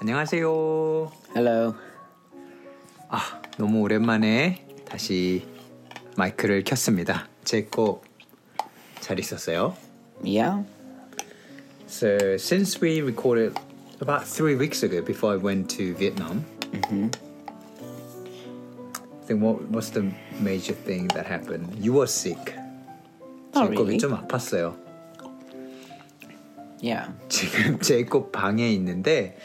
안녕하세요. Hello. 아, 너무 오랜만에 다시 마이크를 켰습니다. 제거잘 있었어요. Yeah. So since we recorded about three weeks ago, before I went to Vietnam, Mm-hmm. then what what's the major thing that happened? You were sick. Not 제이콥이 really. 좀 아팠어요. Yeah. 지금 제이콥 방에 있는데,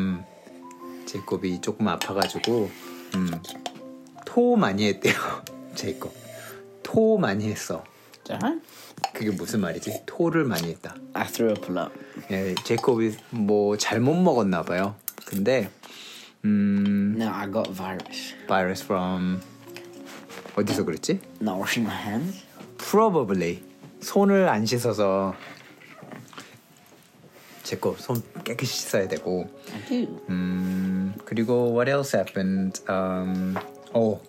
음, 제이콥이 조금 아파가지고, 음, 토 많이 했대요. 제이콥 토 많이 했어. Huh? 그게 무슨 말이지? 토를 많이 했다. Uh-huh. I threw up a lot. 예, 제이콥이 뭐 잘못 먹었나 봐요. 근데 음, No, I got virus. virus from 어디서 그랬지? Not washing my hands. Probably 손을 안 씻어서 제이콥 손 깨끗이 씻어야 되고 I do. Hmm. 음, 그리고 what else happened? Um, oh,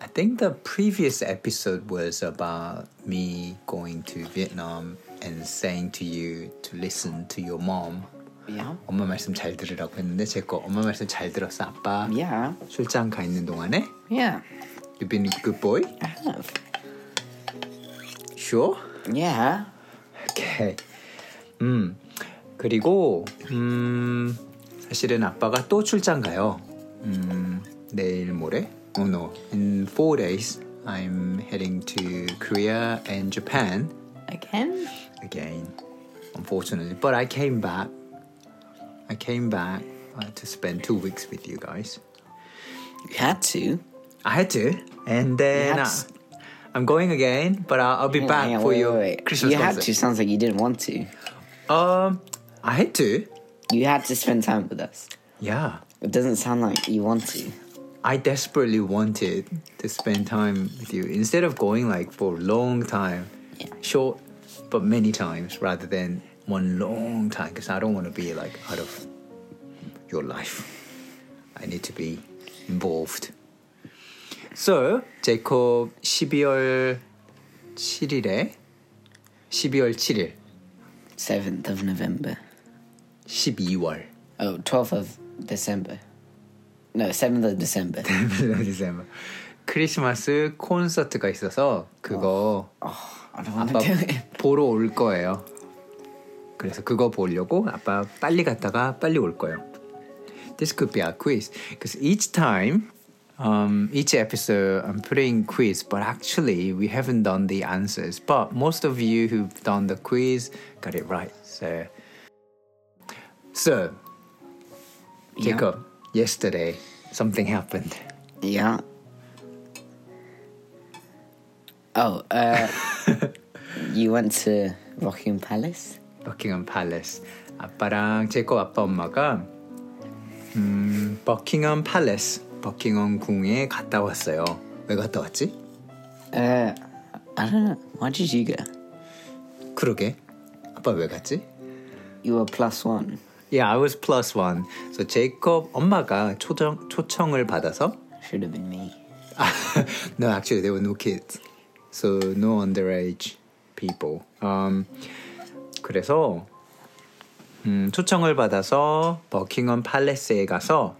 I think the previous episode was about me going to Vietnam and saying to you to listen to your mom. Yeah. 엄마 말씀 잘 들으라고 했는데 제 거 엄마 말씀 잘 들었어 아빠 Yeah. 출장 가 있는 동안에 Yeah. You've been a good boy? I have. Sure? Yeah. 오케이. 음 그리고 음 사실은 아빠가 또 출장 가요. 음 내일 모레? Oh no, in four days I'm heading to Korea and Japan Again? again. Unfortunately, but I came back. I came back uh, to spend two weeks with you guys. You had to. I had to, and then had uh, to. I'm going again. But I'll, I'll be Hang on, back hang on, for wait, your wait, wait. Christmas You had to. concert. Sounds like you didn't want to. Um, I had to. You had to spend time with us. Yeah, It doesn't sound like you want to. I desperately wanted to spend time with you instead of going like for a long time, short but many times rather than one long time because I don't want to be like out of your life. I need to be involved. So, 제이콥 12월 7일에 12월 7일 7th of November. 12월 Oh, 12th of December. No, 7th of December. December. 크리스마스 콘서트가 있어서 그거 oh, I don't want 아빠 to do it. 보러 올 거예요. 그래서 그거 보려고 아빠 빨리 갔다가 빨리 올 거예요. This could be a quiz because each time, um, each episode I'm putting quiz, but actually we haven't done the answers. But most of you who've done the quiz got it right. So, so Yeah. Jacob, yesterday something happened. Yeah. Oh, uh, you went to Rockingham Palace? 버킹엄 팔레스 아빠랑 제이콥 아빠 엄마가 음, 버킹엄 팔레스 버킹엄 궁에 갔다 왔어요. 왜 갔다 왔지? Uh, I don't know. Why did you go? 그러게 아빠 왜 갔지? You were plus one. Yeah, I was plus one. So 제이콥 엄마가 초청 초청을 받아서 Should have been me. no, actually, there were no kids, so no underage people. Um, 그래서 음, 초청을 받아서 버킹엄 팔레스에 가서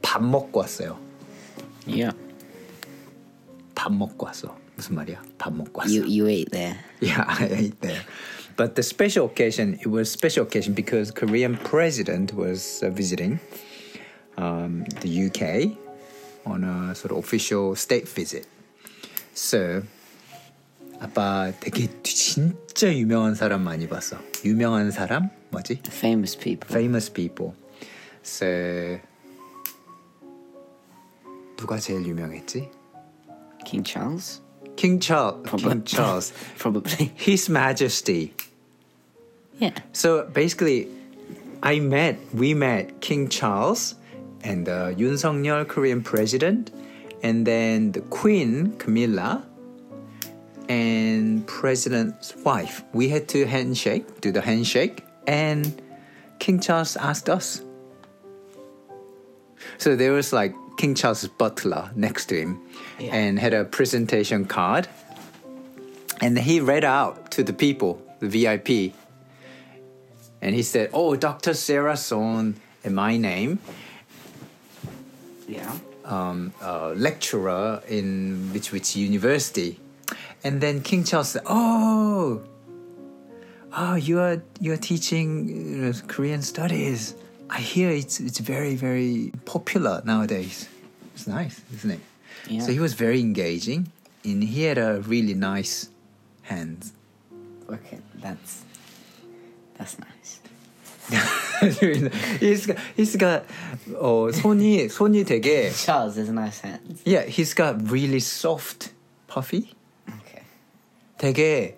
밥 먹고 왔어요. Yeah. 밥 먹고 왔어. 무슨 말이야? 밥 먹고 왔어. You you ate there. Yeah, I ate there. But the special occasion, it was special occasion because Korean president was uh, visiting um, the UK on a sort of official state visit. So 아빠 되게 진짜 유명한 사람 많이 봤어. 유명한 사람 뭐지? Famous people. Famous people. So 누가 제일 유명했지? King Charles? King Charles. Probably. King Charles. Probably. His Majesty. Yeah. So basically, I met, we met King Charles and uh, Yoon Song-yeol, Korean president, and then the Queen Camilla and President's wife. We had to handshake, do the handshake, and King Charles asked us. So there was like King Charles's butler next to him, Yeah. and had a presentation card, and he read out to the people, the VIP, and he said, "Oh, Dr. Sarah Son in my name, Yeah. um, a lecturer in which which university, and then King Charles said, "Oh, oh, you are you are teaching you know, Korean studies. I hear it's it's very very popular nowadays. It's nice, isn't it? Yeah. So he was very engaging, and he had a really nice hands. Okay, that's that's nice. he's got, he's got 어, 손이 손이 되게 Charles has nice hands. yeah he's got really soft puffy. Okay. 되게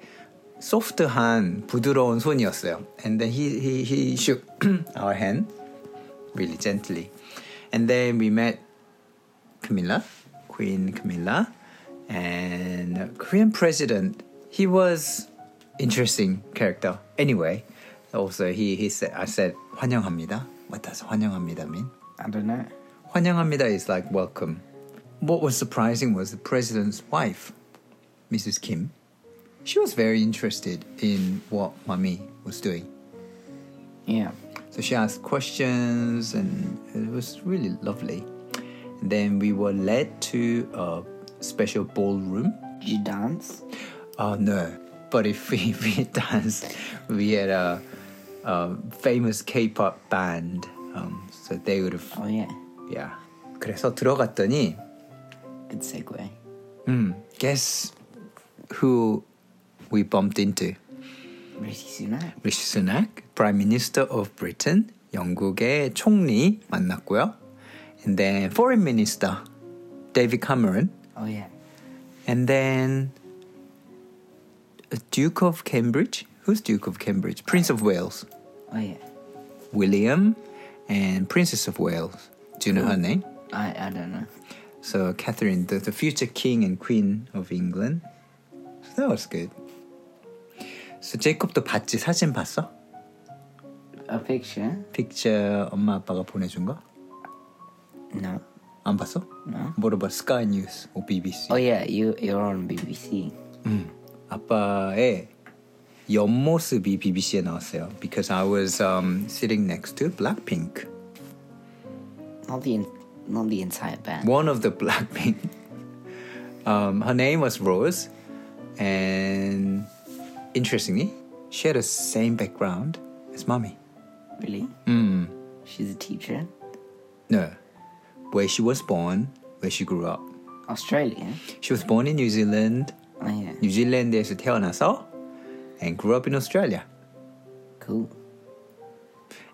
소프트한 부드러운 손이었어요. And then he he he shook our hand really gently. And then we met Camilla, Queen Camilla, and Korean president. He was interesting character. Anyway, also he he said I said 환영합니다. What does 환영합니다 mean? I don't know. 환영합니다 is like welcome. What was surprising was the president's wife, Mrs. Kim. She was very interested in what Mummy was doing. Yeah. So she asked questions and it was really lovely. And then we were led to a special ballroom. Did you dance? Oh no. But if we, we danced, we had a, a famous K pop band. Um, so they would have, Oh yeah. yeah. 그래서 들어갔더니 Good segue. Mm. Guess who we bumped into? Rishi Sunak. Rishi Sunak, Prime Minister of Britain, 영국의 총리 만났고요. And then Foreign Minister David Cameron, Oh yeah. and then Duke of Cambridge. Who's Duke of Cambridge? Prince of Wales, Oh yeah. William, and Princess of Wales. Do you know her name? I I don't know. So Catherine, the, the future king and queen of England. So that was good. So 제이콥도 봤지? 사진 봤어? A picture? 픽처 엄마 아빠가 보내준 거? No. 안 봤어? No. What about Sky News or BBC? Oh yeah. You you're on BBC. 음. 아빠의 옆모습이 BBC에 나왔어요. Because I was um, sitting next to Blackpink. Not the in, not the entire band. one of the Blackpink. Um, her name was Rose, and interestingly, she had the same background as mommy. Really? Mm. She's a teacher. No, where she was born, where she grew up. Australia. She was born in New Zealand. Oh yeah. 뉴질랜드에서 태어나서 and grew up in Australia. Cool.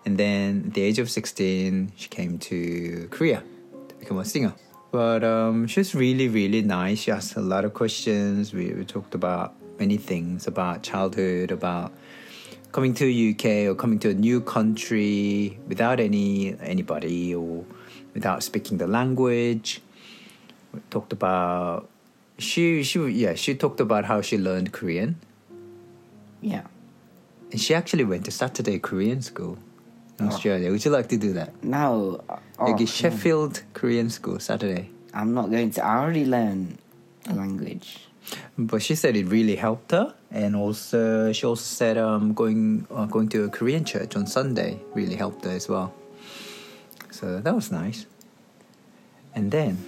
And then at the age of 16, she came to Korea to become a singer. But um, she was really, really nice. She asked a lot of questions. We, we talked about many things about childhood, about coming to UK or coming to a new country without any anybody or without speaking the language. We talked about she she yeah she talked about how she learned Korean Yeah. and she actually went to Saturday Korean school in Australia. Would you like to do that? No. Oh, 여기 Sheffield Korean School Saturday. I'm not going to. I already learned a language. But she said it really helped her, and also she also said um, going uh, going to a Korean church on Sunday really helped her as well. So that was nice. And then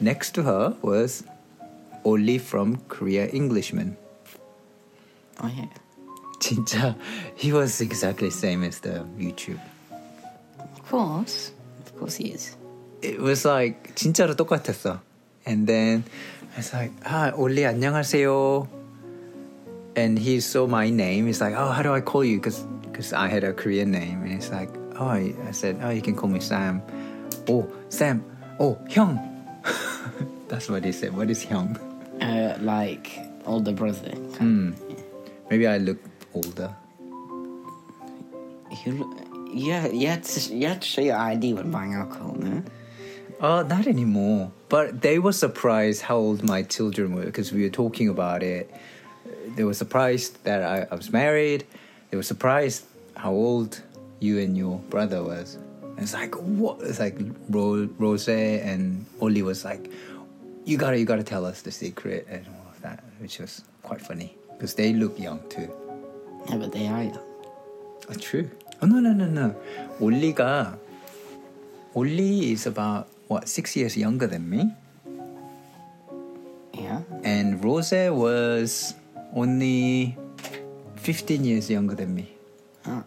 next to her was Oli from Korea Englishman. Oh yeah. 진짜 he was exactly same as the YouTube. Of course. Of course he is. it was like 진짜로 똑같았어. And then I was like, ah, 올리 안녕하세요. And he saw my name. He's like, oh, how do I call you? Because I had a Korean name. And he's like, oh, I I said, oh, you can call me Sam. Oh, Sam. Oh, Hyung. That's what he said. What is Hyung? Uh, like older brother. Hmm. Maybe I look older. You look, yeah, you had, to, you had to show your ID when buying alcohol, no? Uh, not anymore. But they were surprised how old my children were because we were talking about it. They were surprised that I, I was married. They were surprised how old you and your brother was. And it's like what? It's like Ro- Rose and Oli was like, "You gotta, you gotta tell us the secret and all of that," which was quite funny because they look young too. Yeah, but they are young. Oh, true. Oh, no, no, no, no. Oli가, Oli is about, what, six years younger than me? Yeah. And Rose was only 15 years younger than me.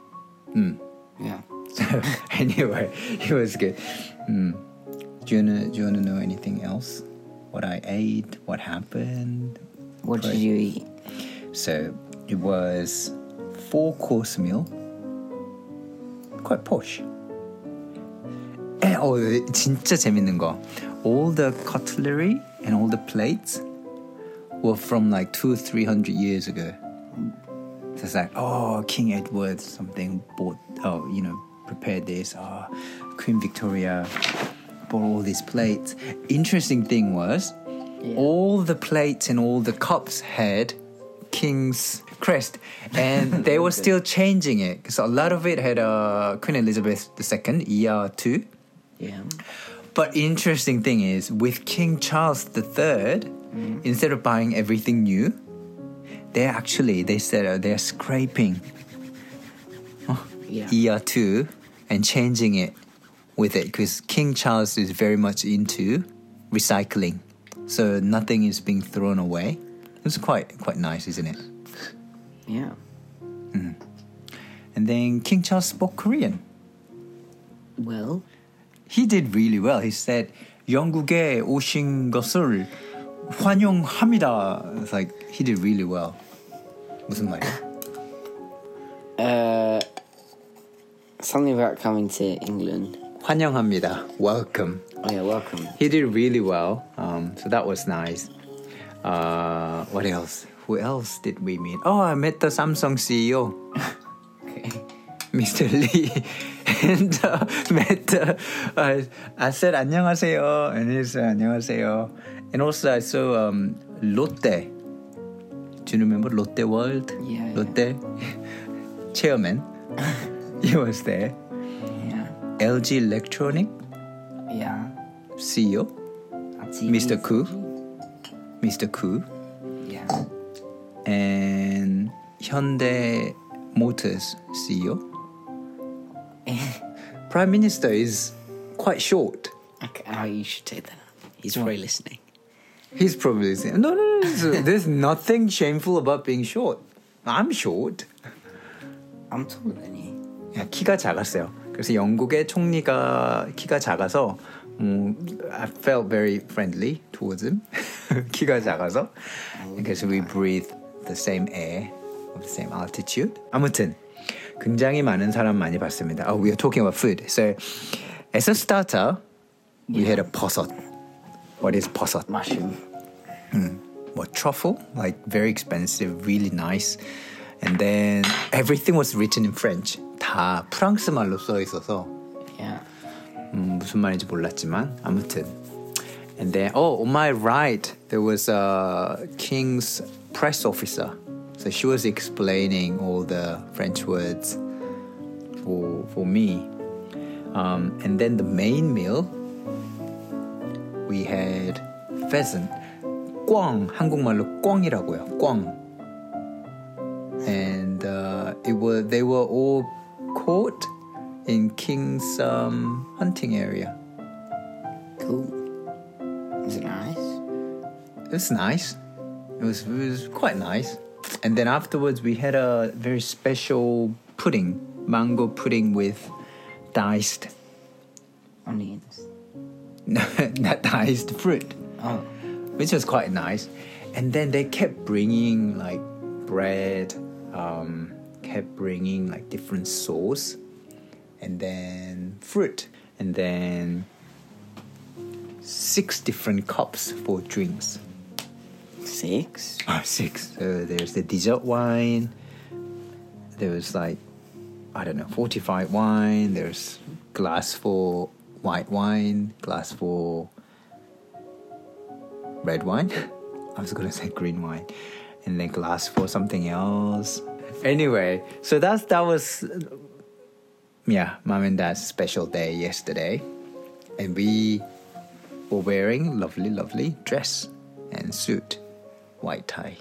Cool. Yeah. So, anyway, it was good. Mm. Do, you wanna, do you wanna know anything else? What I ate, what happened? What Right. did you eat? So it was four course meal. Quite posh. And, oh, 진짜 재밌는 거. All the cutlery and all the plates were from like two, three hundred years ago. So it's like, oh, King Edward something bought, oh, you know, prepared this. Oh, Queen Victoria bought all these plates. Interesting thing was, all the plates and all the cups had King's crest, and they were still changing it. So a lot of it had uh, Queen Elizabeth II, ER two. Yeah. But interesting thing is, with King Charles III, instead of buying everything new, they actually they said uh, they're scraping Yeah. ER2 and changing it with it because King Charles is very much into recycling, so nothing is being thrown away. It's quite quite nice, isn't it? Yeah. And then King Charles spoke Korean. Well, He did really well. He said, "영국에 오신 것을 환영합니다." It's like he did really well. 무슨 말이야? something about coming to England. 환영합니다. Welcome. Oh yeah, welcome. He did really well. Um, so that was nice. Uh, what else? Who else did we meet? Oh, I met the Samsung CEO, Okay. Mr. Lee, and uh, met. the- uh, I said 안녕하세요, and he said 안녕하세요, and also I saw um, Lotte. Do you remember Lotte World? Yeah, yeah. Lotte chairman. he was there. Yeah. LG Electronic E Yeah. CEO, Mr. Koo. Mr. Koo. Yeah. and Hyundai Motors CEO. Prime Minister is quite short. Okay. Oh, you should take that. out. He's probably listening. He's probably saying, no, no, no, so there's nothing shameful about being short. I'm short. I'm taller than you. 야, 키가 작았어요. 그래서 영국의 총리가 키가 작아서 음, I felt very friendly towards him. 키가 작아서 because we breathe the same air of the same altitude. 아무튼 굉장히 많은 사람 많이 봤습니다. Oh, we are talking about food. So as a starter, we had a 버섯. What is 버섯? Mushroom. What truffle? Like very expensive, really nice. And then everything was written in French. 다 프랑스 말로 써 있어서 Yeah. 음, 무슨 말인지 몰랐지만 아무튼 and then oh on my right there was a king's press officer so she was explaining all the French words for for me um, and then the main meal we had pheasant 꽝 한국말로 꽝이라고요 꽝 and uh, it were they were all caught in King's um, hunting area. Cool. Is it nice? It was nice. It was, it was quite nice. And then afterwards, we had a very special pudding, mango pudding with diced, Onions. not diced fruit, Oh. which was quite nice. And then they kept bringing like bread, um, kept bringing like different sauce, and then fruit, and then six different cups for drinks. Six. Oh, six. So there's the dessert wine. There was like, I don't know, fortified wine. There's glass for white wine, glass for red wine. I was gonna say green wine, and then glass for something else. Anyway, so that's that was, uh, yeah, mom and dad's special day yesterday, and we were wearing lovely, lovely dress and suit, white tie.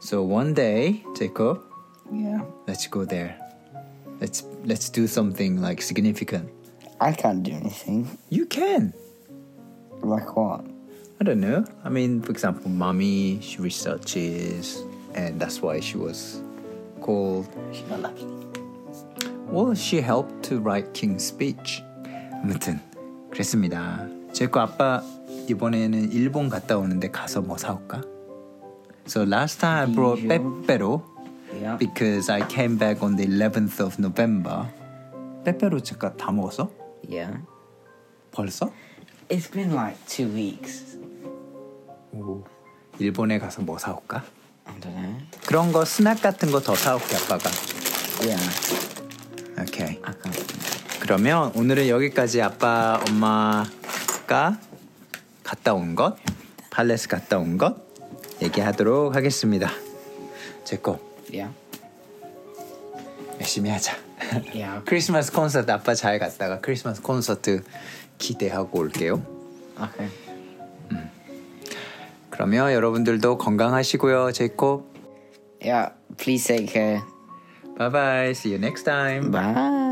So one day, Jacob, Yeah. Let's go there. Let's let's do something like significant. I can't do anything. You can. Like what? I don't know. I mean, for example, mommy she researches, and that's why she was called. She's not lucky. Well, she helped to write King's Speech. 아무튼 그랬습니다. 제거 아빠 이번에는 일본 갔다 오는데 가서 뭐 사올까? So last time I brought 빼빼로 Yeah. because I came back on the 11th of November. 빼빼로 잠깐 다 먹었어? Yeah. 벌써? It's been like two weeks. 일본에 가서 뭐 사올까? I don't know. 그런 거 스낵 같은 거 더 사올게 아빠가. Yeah. 오케이. I can't. 그러면 오늘은 여기까지 아빠 엄마가 갔다 온 것, 팔레스 갔다 온 것 얘기하도록 하겠습니다. 제거 Yeah. 열심히 하자. Yeah. 크리스마스 콘서트 아빠 잘 갔다가 크리스마스 콘서트 기대하고 올게요. Okay. 그러면 여러분들도 건강하시고요, 제이콥. Yeah. Please take care. Bye bye. See you next time. Bye.